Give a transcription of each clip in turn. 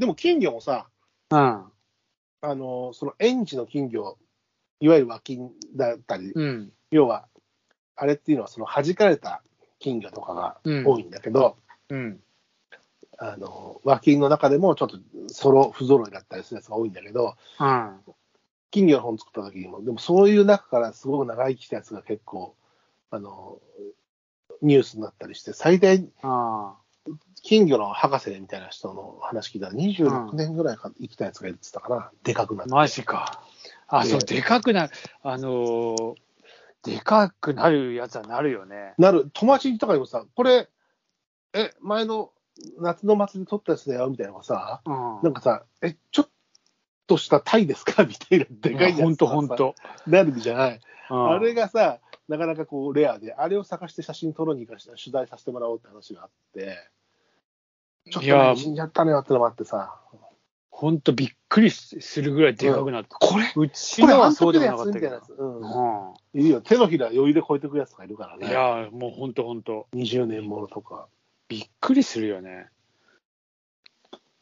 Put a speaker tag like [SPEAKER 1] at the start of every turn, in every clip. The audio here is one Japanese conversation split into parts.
[SPEAKER 1] うん。
[SPEAKER 2] あの、その園児の金魚、いわゆる和金だったり、
[SPEAKER 1] うん。
[SPEAKER 2] 要は、あれっていうのはその弾かれた金魚とかが
[SPEAKER 1] うん
[SPEAKER 2] 多いんだけど、
[SPEAKER 1] うん。
[SPEAKER 2] あの、和金の中でもちょっとそろ、不揃いだったりするやつが多いんだけど、
[SPEAKER 1] うん。
[SPEAKER 2] 金魚の本作った時にも、でもそういう中からすごく長生きしたやつが結構、あの、ニュースになったりして、最大
[SPEAKER 1] あ
[SPEAKER 2] 金魚の博士みたいな人の話聞いたら、26年ぐらいか生きたやつがいるって言ってたかな、でかくな
[SPEAKER 1] あ、
[SPEAKER 2] って。
[SPEAKER 1] マジか。あ、そう、でかくなる、あのーでかくなるやつはなるよね。
[SPEAKER 2] なる、友達とかにもさ、これ、え、前の夏の祭りで撮ったやつだよみたいなのがさ、
[SPEAKER 1] うん。
[SPEAKER 2] なんかさ、え、ちょっとしたタイですか みたいな、でかいやつがさ
[SPEAKER 1] ほんとほんと。
[SPEAKER 2] なるじゃない。
[SPEAKER 1] うん
[SPEAKER 2] あれがさ、なかなかこう、レアで、あれを探して写真撮ろうにかして取材させてもらおうって話があって、ちょっ
[SPEAKER 1] い
[SPEAKER 2] と
[SPEAKER 1] や
[SPEAKER 2] ね、死んじゃったねよってのもあってさ、
[SPEAKER 1] ほんとびっくりするぐらいでかくなった。
[SPEAKER 2] これ、
[SPEAKER 1] うち
[SPEAKER 2] これ、
[SPEAKER 1] の
[SPEAKER 2] あ
[SPEAKER 1] は
[SPEAKER 2] ん
[SPEAKER 1] そう
[SPEAKER 2] 時
[SPEAKER 1] で
[SPEAKER 2] の
[SPEAKER 1] も
[SPEAKER 2] や
[SPEAKER 1] なか
[SPEAKER 2] つ
[SPEAKER 1] っ
[SPEAKER 2] み
[SPEAKER 1] た
[SPEAKER 2] た
[SPEAKER 1] け
[SPEAKER 2] いな
[SPEAKER 1] ど
[SPEAKER 2] や。つ。うん。
[SPEAKER 1] う
[SPEAKER 2] いるよ、手のひら余裕で超えてくやつがいるから
[SPEAKER 1] ん。
[SPEAKER 2] ね。
[SPEAKER 1] いやー、もうほんとほんと。
[SPEAKER 2] 20年ものとか。
[SPEAKER 1] びっくりするよね。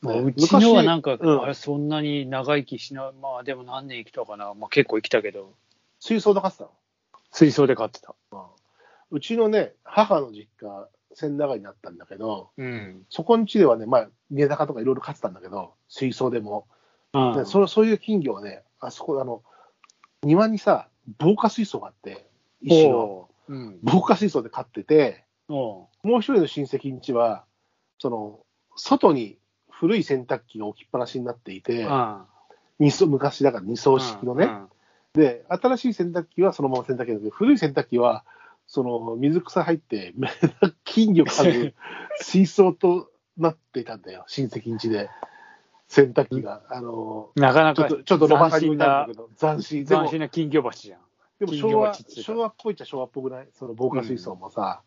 [SPEAKER 2] ね
[SPEAKER 1] うちのはなんか、
[SPEAKER 2] 昔うん
[SPEAKER 1] あれそんなに長生きしない、まあでも何年生きたかな、まあ結構生きたけど、
[SPEAKER 2] 水槽で飼ってたの。
[SPEAKER 1] 水槽で飼ってた。
[SPEAKER 2] うちのね、母の実家、千長になったんだけど、
[SPEAKER 1] うん。
[SPEAKER 2] そこん家ではね、まあ、寝高とかいろいろ飼ってたんだけど、水槽でも。
[SPEAKER 1] うん
[SPEAKER 2] でそそういう金魚をね、あそこ、あの、庭にさ、防火水槽があって、一種の
[SPEAKER 1] おううん。
[SPEAKER 2] 防火水槽で飼ってて、
[SPEAKER 1] おう
[SPEAKER 2] もう一人の親戚ん家は、その、外に古い洗濯機が置きっぱなしになっていて、
[SPEAKER 1] うん。
[SPEAKER 2] 二層昔だから二層式のね、
[SPEAKER 1] うん
[SPEAKER 2] で、新しい洗濯機はそのまま洗濯機だけど、古い洗濯機は、その水草入って、 め金魚か ぐ水槽となっていたんだよ、親戚ん家で。洗濯機が。あの、
[SPEAKER 1] なかな
[SPEAKER 2] ちょっ
[SPEAKER 1] か
[SPEAKER 2] と、ちょっとロバさんに見たんだけ
[SPEAKER 1] 斬
[SPEAKER 2] ど、斬新。
[SPEAKER 1] 新
[SPEAKER 2] で
[SPEAKER 1] な
[SPEAKER 2] も
[SPEAKER 1] 斬、新な金魚鉢じゃん。
[SPEAKER 2] でも
[SPEAKER 1] 金
[SPEAKER 2] 昭
[SPEAKER 1] 魚
[SPEAKER 2] 和
[SPEAKER 1] 鉢っていうか
[SPEAKER 2] 昭和っぽいっちゃ昭和っぽくないその防火水槽もさ、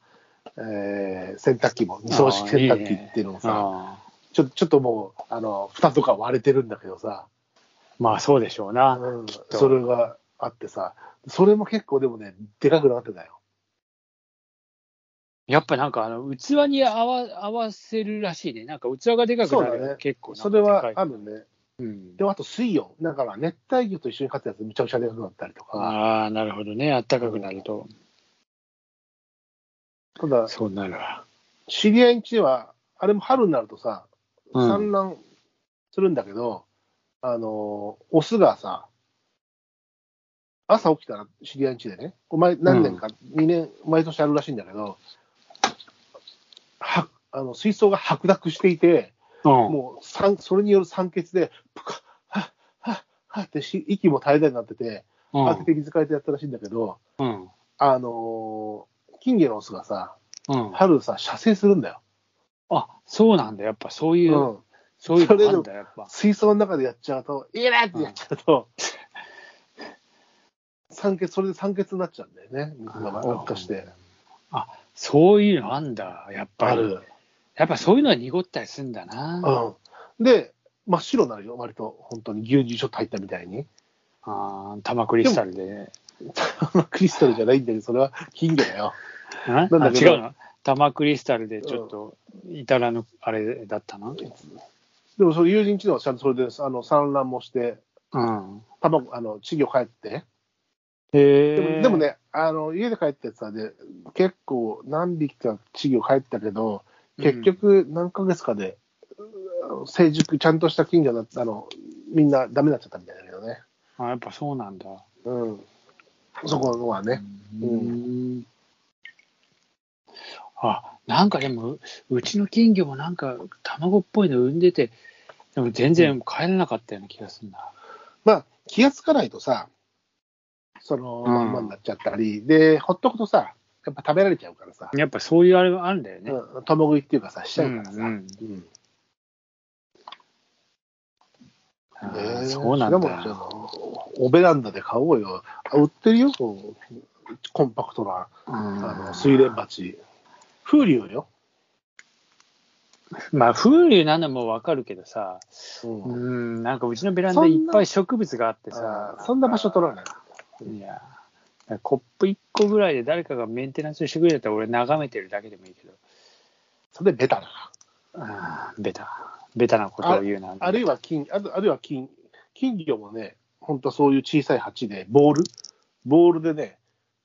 [SPEAKER 2] えー洗濯機も、二層式洗濯機っていうのもさ、
[SPEAKER 1] ああ
[SPEAKER 2] ちょちょっともう、あの、蓋とか割れてるんだけどさ、
[SPEAKER 1] まあそうでしょうな。
[SPEAKER 2] うん
[SPEAKER 1] きっと
[SPEAKER 2] それがあってさ、それも結構でもね、でかくなってたよ。
[SPEAKER 1] やっぱなんかあの器に合わ合わせるらしいね。なんか器がでかくな
[SPEAKER 2] そうだ
[SPEAKER 1] る、
[SPEAKER 2] ね
[SPEAKER 1] 結構なんか
[SPEAKER 2] それは
[SPEAKER 1] でか
[SPEAKER 2] あ
[SPEAKER 1] い
[SPEAKER 2] るね。
[SPEAKER 1] うん
[SPEAKER 2] で、あと水温。だから熱帯魚と一緒に飼ったやつむちゃくちゃでかくなったりとか。
[SPEAKER 1] ああ、なるほどね。あったかくなると。
[SPEAKER 2] ただ、
[SPEAKER 1] そうなるわ。
[SPEAKER 2] 知り合いんちは、あれも春になるとさ、
[SPEAKER 1] うん
[SPEAKER 2] 産卵するんだけど、あの、オスがさ、朝起きたら知り合いんちでね、お前何年か、2年、毎年あるらしいんだけど、はあの水槽が白濁していて、
[SPEAKER 1] うん。
[SPEAKER 2] もう酸それによる酸欠で、ぷかはっはっはっってし息も絶え絶えになってて、
[SPEAKER 1] う
[SPEAKER 2] 慌てて水変えてやったらしいんだけど、
[SPEAKER 1] うん。
[SPEAKER 2] あのー金魚のオスがさ、
[SPEAKER 1] うん。
[SPEAKER 2] 春さ、射精するんだよ。
[SPEAKER 1] あ、そうなんだ。やっぱそういう、
[SPEAKER 2] うん
[SPEAKER 1] そういうのなんだ、やっぱ。
[SPEAKER 2] 水槽の中でやっちゃうと、いいねってやっちゃうと、酸欠、それで酸欠になっちゃうんだよね、水が悪化して。
[SPEAKER 1] そういうのあんだ、やっぱ
[SPEAKER 2] あ
[SPEAKER 1] り。
[SPEAKER 2] る。
[SPEAKER 1] やっぱそういうのは濁ったりするんだな。あ
[SPEAKER 2] うん。で、真っ白になるよ、割と、本当に牛乳ちょっと入ったみたいに。
[SPEAKER 1] あー、玉クリスタルで。ん
[SPEAKER 2] クリスタルじゃないんだけど、それは金魚だよ。
[SPEAKER 1] あ違う
[SPEAKER 2] ど
[SPEAKER 1] の玉クリスタルでちょっと、至らぬ、あれだったな。
[SPEAKER 2] でも、その友人知能はちゃんとそれであの産卵もして、
[SPEAKER 1] うん。
[SPEAKER 2] 卵、あの、稚魚帰って。
[SPEAKER 1] へ
[SPEAKER 2] でも
[SPEAKER 1] え。
[SPEAKER 2] でも、ね、あの、家で帰ったやつはね、結構何匹か稚魚帰ったけど、結局何ヶ月かで、うー成熟、ちゃんとした金魚だったあの、みんなダメになっちゃったみたいだけどね。
[SPEAKER 1] あ、やっぱそうなんだ。
[SPEAKER 2] うん。そこのはね。
[SPEAKER 1] うんあなんかでもうちの金魚もなんか卵っぽいの産んでてでも全然帰らなかったような気がするな、
[SPEAKER 2] まあ、気がつかないとさ、その、
[SPEAKER 1] うん
[SPEAKER 2] まんまになっちゃったり、で、ほっとくとさ、やっぱ食べられちゃうからさ、
[SPEAKER 1] やっぱそういうあれがあるんだよね、
[SPEAKER 2] うん、共食いっていうかさ、しちゃうからさ。
[SPEAKER 1] うんうん
[SPEAKER 2] うん
[SPEAKER 1] あ
[SPEAKER 2] ね
[SPEAKER 1] ー
[SPEAKER 2] え
[SPEAKER 1] そうな
[SPEAKER 2] し
[SPEAKER 1] ん
[SPEAKER 2] かもちょ
[SPEAKER 1] だ
[SPEAKER 2] っとおベランダで買おうよ。あ売ってるよ、こうコンパクトな
[SPEAKER 1] うん
[SPEAKER 2] あの水蓮鉢。風流よ。
[SPEAKER 1] まあ風流なのもわかるけどさ
[SPEAKER 2] うん
[SPEAKER 1] うんなんかうちのベランダいっぱい植物があって
[SPEAKER 2] さ
[SPEAKER 1] さ
[SPEAKER 2] あそんな場所取らない。
[SPEAKER 1] いやコップ1個ぐらいで誰かがメンテナンスしてくれたら俺眺めてるだけでもいいけど
[SPEAKER 2] それベタだな。
[SPEAKER 1] あーベタベタなことを言うなんて。
[SPEAKER 2] あるいは金、あるあるいは金、金魚もね、本当はそういう小さい鉢で、ボール、ボールでね、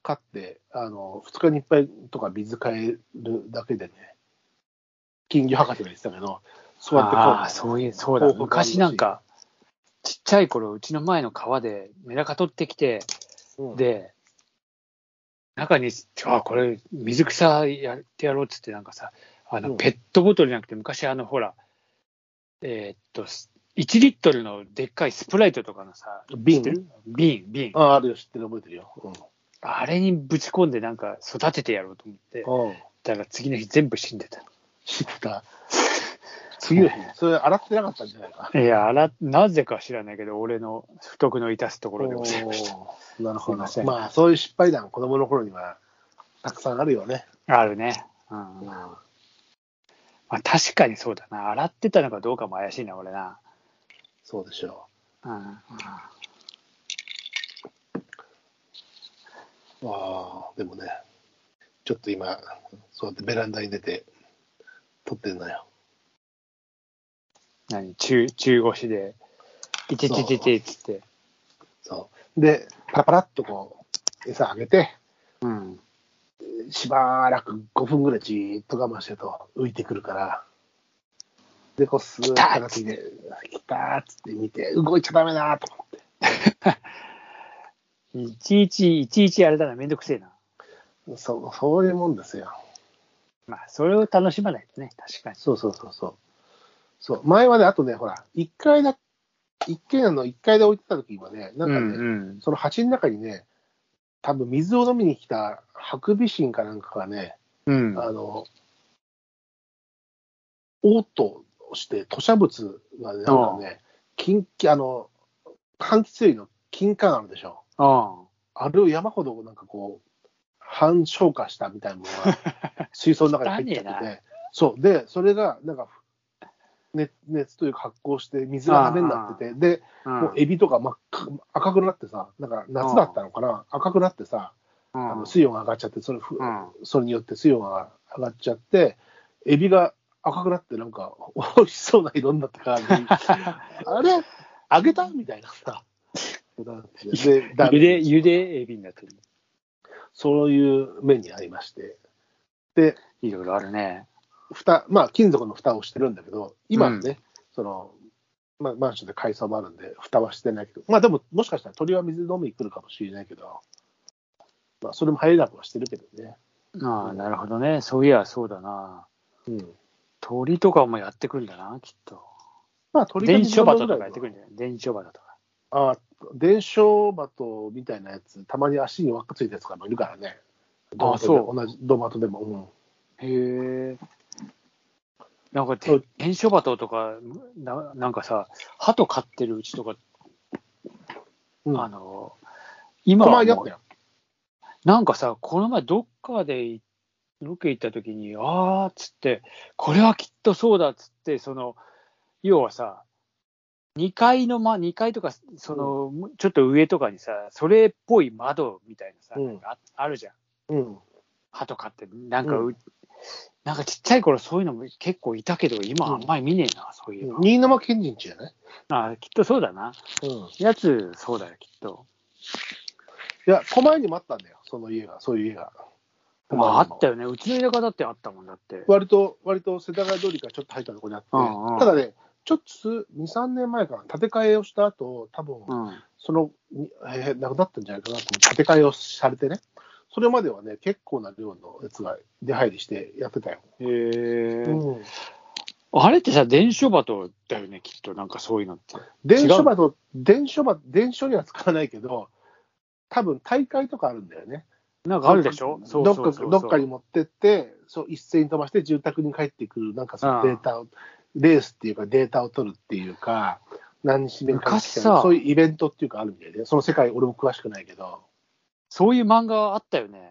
[SPEAKER 2] 飼って、あの、2日にいっぱいとか水変えるだけでね、金魚博士が言ってたけど、そうやって飼うの
[SPEAKER 1] ああ、そういう、そうだ。
[SPEAKER 2] 方法もあるらしい
[SPEAKER 1] 昔なんか、ちっちゃい頃、うちの前の川でメダカ取ってきて、
[SPEAKER 2] うん
[SPEAKER 1] で、中に、あ、これ、水草やってやろうっつって、なんかさ、あ
[SPEAKER 2] う
[SPEAKER 1] の、
[SPEAKER 2] ん
[SPEAKER 1] ペットボトルじゃなくて、昔、あの、ほら、えーっと、す1リットルのでっかいスプライトとかのさ、知っ
[SPEAKER 2] 瓶
[SPEAKER 1] てる瓶、瓶。
[SPEAKER 2] ああるよ、知ってる、覚えてるよ。
[SPEAKER 1] あれにぶち込んで、なんか育ててやろうと思って、
[SPEAKER 2] うん。うん、
[SPEAKER 1] だから次の日全部死んでた。
[SPEAKER 2] 知ってた。次の日、それ洗ってなかったんじゃないか。
[SPEAKER 1] いや、あら、なぜか知らないけど、俺の不徳の致すところでございました。
[SPEAKER 2] おーなるほ
[SPEAKER 1] す
[SPEAKER 2] ど
[SPEAKER 1] いません。
[SPEAKER 2] まあ、そういう失敗談、子供の頃には、たくさんあるよね。
[SPEAKER 1] あるね。うん。まあ、確かにそうだな。洗ってたのかどうかも怪しいな、俺な。
[SPEAKER 2] そうでしょ
[SPEAKER 1] うん。
[SPEAKER 2] う。ああ、でもね、ちょっと今、そうやってベランダに出て、撮ってんのよ。
[SPEAKER 1] 何中、中腰で、いててててっつって。
[SPEAKER 2] そう。で、パラパラっとこう、餌あげて、
[SPEAKER 1] うん。
[SPEAKER 2] しばらく5分ぐらいじーっと我慢してると浮いてくるから、で、こう、すーっと上がってきて、来たーっつって見て、動いちゃダメだーと思って。
[SPEAKER 1] いちいち、いちいちあれだな、めんどくせえな。
[SPEAKER 2] そう、そういうもんですよ。
[SPEAKER 1] まあ、それを楽しまないとね、確かに。
[SPEAKER 2] そうそうそうそう。そう、前はね、あとね、ほら、1階だ、一軒家の1階で置いてた時はね、なんかね、
[SPEAKER 1] うん。
[SPEAKER 2] その鉢の中にね、多分水を飲みに来たハクビシンかなんかがね、
[SPEAKER 1] うん。
[SPEAKER 2] あの、おーっとして、吐砂物がね、なんかね、金、あの、柑橘類の金柑あるでしょ。
[SPEAKER 1] うん。
[SPEAKER 2] あれを山ほどなんかこう、半消化したみたいなの が、水槽の中に入っちゃっ
[SPEAKER 1] 汚
[SPEAKER 2] て
[SPEAKER 1] ね
[SPEAKER 2] て、そう。で、それが、なんか、熱熱というか発酵して、水がダメになってて、で、もうエビとか真っ赤赤くなってさ、なんか夏だったのかな、赤くなってさ、
[SPEAKER 1] うん
[SPEAKER 2] あの水温が上がっちゃって、それ、ふ
[SPEAKER 1] うん。
[SPEAKER 2] それによって水温が上がっちゃって、エビが赤くなって、なんか、 美味しそうな色になってから、あれ、あげたみたいなさ。で、だ
[SPEAKER 1] ゆで、ゆでエビになってる。
[SPEAKER 2] そういう面にありまして。で、
[SPEAKER 1] いろいろあるね。
[SPEAKER 2] 蓋、まあ、金属の蓋をしてるんだけど、今はね、
[SPEAKER 1] う
[SPEAKER 2] その、まあ、マンションで改装もあるんで、蓋はしてないけど、まあでも、もしかしたら鳥は水飲みに来るかもしれないけど、まあ、それも入れなくはしてるけどね。
[SPEAKER 1] ああ、なるほどね。そういや、そうだな。
[SPEAKER 2] うん。
[SPEAKER 1] 鳥とかもやってくるんだな、きっと。
[SPEAKER 2] まあ、鳥が
[SPEAKER 1] 電
[SPEAKER 2] 水
[SPEAKER 1] 書
[SPEAKER 2] 飲む
[SPEAKER 1] バ
[SPEAKER 2] ぐ
[SPEAKER 1] ト
[SPEAKER 2] らいの
[SPEAKER 1] とかやってくるんじゃない電書バトとか。
[SPEAKER 2] あ伝承バトみたいなやつ、たまに足に輪っかついたやつとかもいるからね。ドバトで
[SPEAKER 1] あそう
[SPEAKER 2] 同じドバトでも。うん
[SPEAKER 1] へえ。なんか
[SPEAKER 2] そう、
[SPEAKER 1] 伝書バトとかな、なんかさ、鳩飼ってるうちとか、
[SPEAKER 2] うん。
[SPEAKER 1] あ
[SPEAKER 2] あ
[SPEAKER 1] の、
[SPEAKER 2] の
[SPEAKER 1] 今
[SPEAKER 2] この
[SPEAKER 1] は
[SPEAKER 2] 間あ
[SPEAKER 1] も
[SPEAKER 2] っ
[SPEAKER 1] う
[SPEAKER 2] たよ。
[SPEAKER 1] なんかさ、この前どっかでロケ行った時に、あーっつって、これはきっとそうだっつって、その、要はさ、2階の間、2階とか、その、ちょっと上とかにさ、それっぽい窓みたいなさ、
[SPEAKER 2] うん
[SPEAKER 1] ああるじゃん。
[SPEAKER 2] うん。
[SPEAKER 1] 鳩飼って、なんかう、
[SPEAKER 2] う
[SPEAKER 1] なんかちっちゃい頃そういうのも結構いたけど、今あんまり見ねえな、そういうの。
[SPEAKER 2] 新沼賢人地じゃない
[SPEAKER 1] あきっとそうだな。
[SPEAKER 2] うん。い
[SPEAKER 1] やつ、そうだよ、きっと。
[SPEAKER 2] や、狛江にもあったんだよ、その家が、そういう家が。
[SPEAKER 1] まあ、あった
[SPEAKER 2] よ。
[SPEAKER 1] よね。うちの田舎だってあったもんだって。
[SPEAKER 2] 割と、割と世田谷通りからちょっと入ったところにあって、
[SPEAKER 1] うんうん
[SPEAKER 2] ただね、ちょっと数2、3年前から建て替えをした後、多分、
[SPEAKER 1] うん。
[SPEAKER 2] その、にえー、なくなったんじゃないかなと思って、建て替えをされてね、それまではね、結構な量のやつが出入りしてやってたよ。
[SPEAKER 1] へえ。
[SPEAKER 2] うん
[SPEAKER 1] あれってさ、伝書バトだよね、きっと、なんかそういうのって。
[SPEAKER 2] 電書場と、電書場、電書には使わないけど、多分大会とかあるんだよね。
[SPEAKER 1] なんかあるでしょそう
[SPEAKER 2] ど
[SPEAKER 1] そ
[SPEAKER 2] っか
[SPEAKER 1] うそうそう
[SPEAKER 2] どっかに持ってって、そう一斉に飛ばして住宅に帰ってくる、なんかその
[SPEAKER 1] うん
[SPEAKER 2] データを、レースっていうか、データを取るっていうか、何日目に帰ってき
[SPEAKER 1] 昔
[SPEAKER 2] た
[SPEAKER 1] さ
[SPEAKER 2] そういうイベントっていうかあるみたいで、その世界、俺も詳しくないけど。
[SPEAKER 1] そういう漫画あったよね。